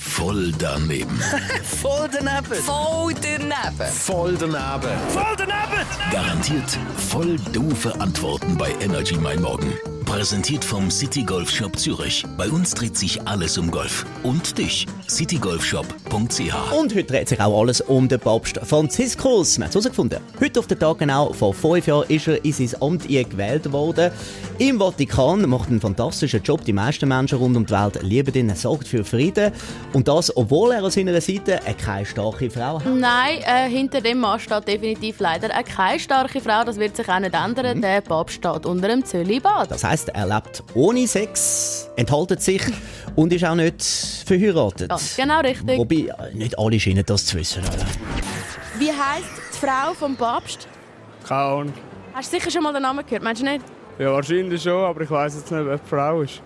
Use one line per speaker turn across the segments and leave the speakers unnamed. Voll daneben.
Voll daneben.
Voll daneben.
Voll daneben.
Garantiert voll doofe Antworten bei Energy Mein Morgen. Präsentiert vom City Golf Shop Zürich. Bei uns dreht sich alles um Golf. Und dich, citygolfshop.ch.
Und heute dreht sich auch alles um den Papst Franziskus. Wir haben es herausgefunden. Heute auf den Tag genau vor fünf Jahren ist er in sein Amt gewählt worden. Im Vatikan macht einen fantastischen Job. Die meisten Menschen rund um die Welt lieben ihn. Er sorgt für Frieden. Und das, obwohl er an seiner Seite keine starke Frau hat.
Nein, äh, hinter dem Mann steht definitiv leider auch keine starke Frau. Das wird sich auch nicht ändern. Der Papst steht unter dem Zölibat.
Das heißt, er lebt ohne Sex, enthaltet sich und ist auch nicht verheiratet.
Ja, genau richtig.
Wobei, äh, nicht alle scheinen das zu wissen. Oder?
Wie heißt die Frau vom Papst?
Keine Ahnung.
Hast du sicher schon mal den Namen gehört? Meinst du nicht?
Ja, wahrscheinlich schon, aber ich weiß jetzt nicht, wer die Frau ist.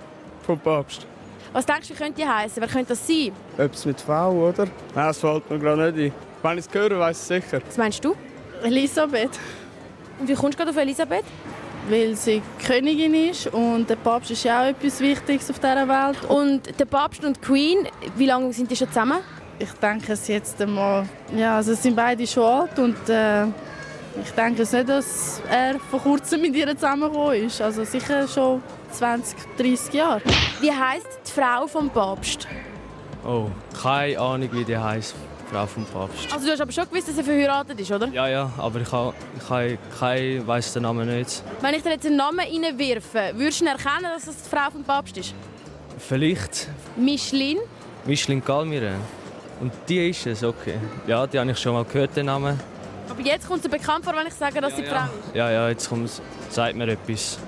Vom Papst.
Was denkst du, wie könnte die heißen? Wer könnte das sein?
Etwas mit V, oder? Nein, das fällt mir gerade nicht ein. Wenn ich es höre, weiß ich sicher.
Was meinst du?
Elisabeth,
Und wie kommst du gerade auf Elisabeth?
weil sie Königin ist und der Papst ist ja auch etwas Wichtiges auf dieser Welt.
Und der Papst und die Queen, wie lange sind die schon zusammen?
Ich denke es jetzt einmal, ja, also sie sind beide schon alt und äh, ich denke es nicht, dass er vor kurzem mit ihr zusammengekommen ist. Also sicher schon 20, 30 Jahre.
Wie heißt die Frau vom Papst?
Oh, keine Ahnung, wie die heißt. Frau vom Papst.
Also du hast aber schon gewusst, dass er verheiratet ist, oder?
Ja, ja, aber ich habe keinen, kein, weiß den Namen nicht.
Wenn ich dir jetzt einen Namen reinwerfe, würdest du ihn erkennen, dass es die Frau vom Papst ist?
Vielleicht
Micheline?
Michelin Calmire. Und die ist es, okay. Ja, die habe ich schon mal gehört, den Namen.
Aber jetzt kommt es bekannt vor, wenn ich sage, dass sie die Frau ist.
Ja, ja, jetzt kommt, sagt mir etwas.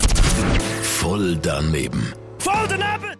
Voll daneben.
Voll daneben.